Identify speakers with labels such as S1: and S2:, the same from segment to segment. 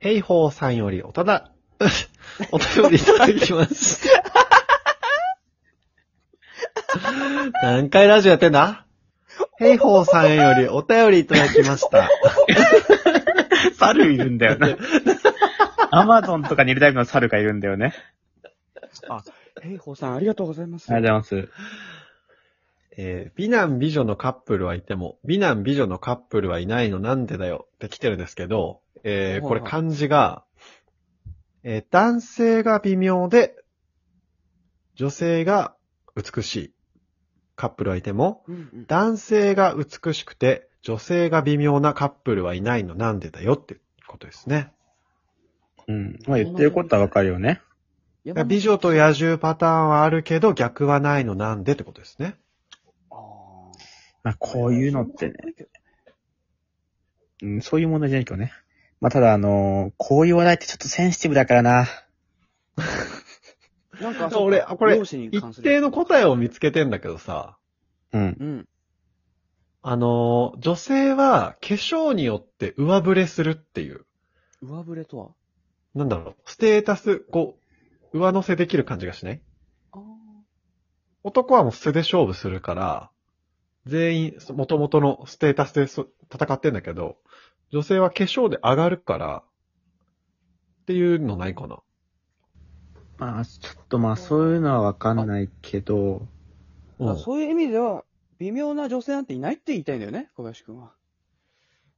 S1: 平方さんよりおただ、 お便りいただきます。何回ラジオやってんだ平方さんよりお便りいただきました。
S2: 猿いるんだよな。 アマゾンとかにいるタイプの猿がいるんだよね。
S3: ヘイホーさん、ありがとうございます。
S2: ありがとうございます。
S1: えー美男美女のカップルはいても、美男美女のカップルはいないのなんでだよって来てるんですけど、えーこれ漢字が、えー男性が微妙で、女性が美しいカップルはいても、
S3: うんうん
S1: 男性が美しくて、女性が微妙なカップルはいないのなんでだよってことですね。
S2: うん。まあ言ってることはわかるよね。
S1: だから美女と野獣パターンはあるけど、逆はないのなんでってことですね。
S3: あー
S2: まあこういうのってね。うん、そういう問題じゃないけどね。まあただあのーこういう話題ってちょっとセンシティブだからな。
S3: なんか、
S1: 俺
S3: そうか
S1: これ
S3: 容姿に関
S1: 一
S3: する
S1: 定の答えを見つけてんだけどさ、
S2: うん。
S3: うん。
S1: あのー、女性は化粧によって上振れするっていう、
S3: 上振れとは
S1: なんだろう、ステータス、こう、上乗せできる感じがしない
S3: あ
S1: 男はもう素で勝負するから、全員、そ元々のステータスでそ戦ってんだけど、女性は化粧で上がるから、っていうのないかな。
S2: まあちょっとまあそういうのはわかんないけど、
S1: う
S3: あ。
S1: ん、
S3: そういう意味では、微妙な女性なんていないって言いたいんだよね、小林くんは。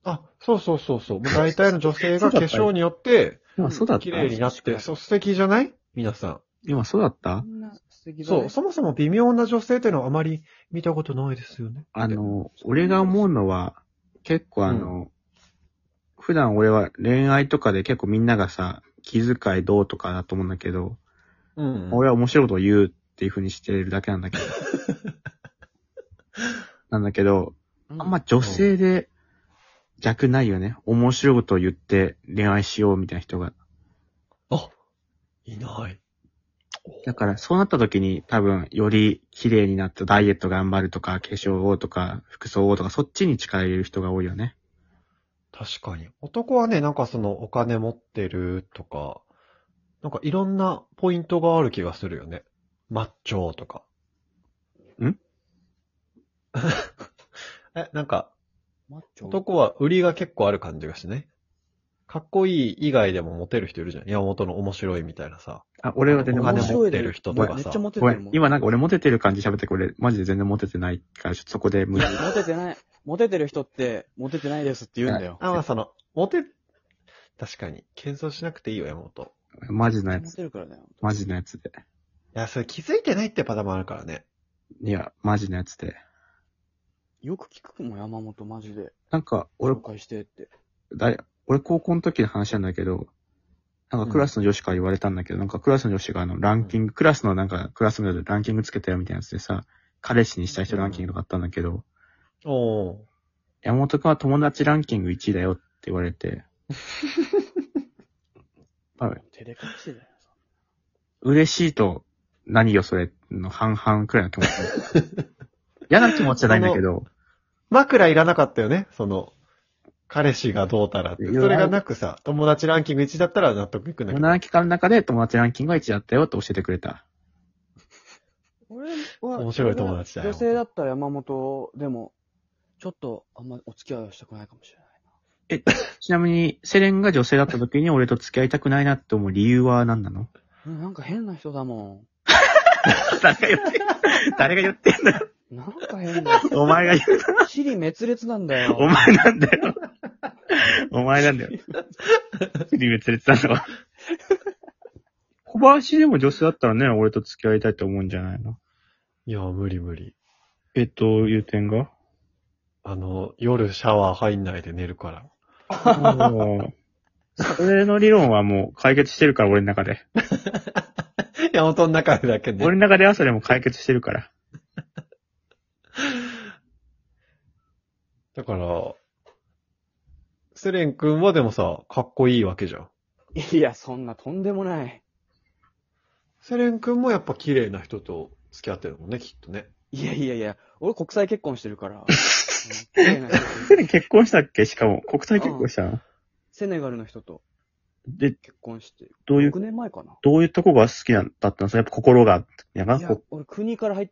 S1: あ、そうそうそうそう。もう大体の女性が化粧によって、
S2: 今そうだった
S1: 綺麗になっ
S3: う
S1: て、
S3: ん
S1: そう、素敵じゃない皆さ
S2: 今そうだった
S3: みんな素敵
S1: ん。
S3: だね。
S1: そう、そもそも微妙な女性っていうのはあまり見たことないですよね。
S2: あの、俺が思うのは、結構あの、普段俺は恋愛とかで結構みんながさ、気遣いどうとかだと思うんだけど、
S1: うん、うん。
S2: 俺は面白いことを言うっていう風にしてるだけなんだけど。なんだけど、
S3: うん
S2: あんま女性で逆ないよね。面白いことを言って恋愛しようみたいな人が。
S1: あ、いない。
S2: だからそうなった時に多分より綺麗になったダイエット頑張るとか化粧をとか服装をとかそっちに力入れる人が多いよね。
S1: 確かに。男はね、なんかそのお金持ってるとか、なんかいろんなポイントがある気がするよね。マッチョとか。
S2: ん
S1: え、なんか、
S3: マッチョ
S1: 男は売りが結構ある感じがしないかっこいい以外でもモテる人いるじゃん。山本の面白いみたいなさ。
S2: あ、俺は全然
S1: お
S2: モテ
S1: 金
S2: て
S1: 持ってる人とかさ
S3: めっちゃモテて
S2: ごめ
S3: る
S2: ん
S3: も。ん。
S2: 今なんか俺モテてる感じ喋ってこれマジで全然モテてないからちょっとそこで無理。
S3: モテてない。モテてる人って、モテてないですって言うんだよ。
S1: あ、まあその、モテ、確かに。謙遜しなくていいよ、山本。
S2: マジのや
S3: モ
S2: つ。
S3: テるからだよ。
S2: マジのやつで。
S1: いや、それ気づいてないってパターンもあるからね。
S2: いや、マジのやつで。
S3: よく聞くもん、山本マジで。
S2: なんか、俺
S3: 紹、介してって。
S2: だい俺高校の時の話なんだけど、なんかクラスの女子から言われたんだけど、なんかクラスの女子があのランキング、クラスのなんかクラスのランキングつけたよみたいなやつでさ、彼氏にした人ランキングとかあったんだけど、
S1: おー。
S2: 山本くんは友達ランキング1位だよって言われて、はい、
S3: 照れ隠しだよ。
S2: 嬉しいと、何よそれの半々くらいの気持ち。 嫌な気持ちじゃないんだけど、
S1: 枕いらなかったよね、その、彼氏がどうたらって。
S2: い
S1: そ
S2: や
S1: れがなくさ、友達ランキング1だったら納得いくんだけど。
S2: 7期間の中で友達ランキングが1位だったよって教えてくれた。
S3: 俺は、
S1: 面白い友達だよ
S3: 女性だったら山本でも、ちょっとあんまお付き合いはしたくないかもしれない。
S2: ちなみに、セレンが女性だった時に俺と付き合いたくないなって思う理由は何なの
S3: うんなんか変な人だも
S2: 誰が言って、誰が言ってんだ
S3: ん。なんか 変だ。
S2: お前が言う、
S3: 尻滅裂なんだよ。
S2: お前なんだよ。お前なんだよ。リベツレたのは。小林でも女性だったらね、俺と付き合いたいと思うんじゃないの
S1: いや、無理無理。
S2: えっと、いう点が
S1: あの、夜シャワー入んないで寝るから。
S2: もうそれの理論はもう解決してるから、俺の中で。
S1: 山本の中でだけね。
S2: 俺の中ではそれも解決してるから。
S1: だから、セレン君はでもさ、かっこいいわけじゃん。
S3: いや、そんなとんでもない。
S1: セレン君もやっぱ綺麗な人と付き合ってるもんね、きっとね。
S3: いやいやいや、俺国際結婚して るから。うん綺麗な人と
S2: セレン結婚したっけしかも、国際結婚したの
S3: セネガルの人と。
S2: で、
S3: 結婚して。
S2: どういう
S3: 6、年前かな。
S2: どういうとこが好きなんだったんですかやっぱ心が、やば
S3: いや
S2: こ、
S3: 俺国から入っ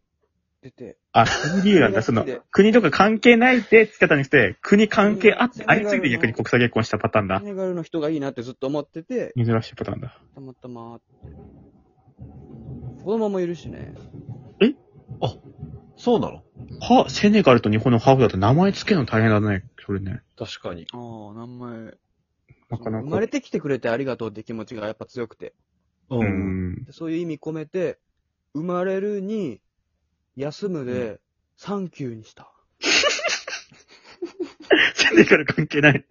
S3: てて。
S2: あ、国なんだ、その、国とか関係ないって付き方にして、国関係あって、ありついて逆に国際結婚したパターン
S3: セ
S2: だ。
S3: ネガルの人がいいなってずっと思ってて、
S2: 珍しいパターンだ。
S3: たまたまって。子供もいるしね。
S1: そうなの
S2: は、セネガルと日本のハーフだと名前付けるの大変だね、それね。
S1: 確かに。
S3: ああ、名前。
S2: なかなか
S3: 生まれてきてくれてありがとうって気持ちがやっぱ強くて。
S1: う
S2: う。ん。
S3: でそういう意味込めて、生まれるに、休むで、サンキューにした。
S2: セネガル関係ない。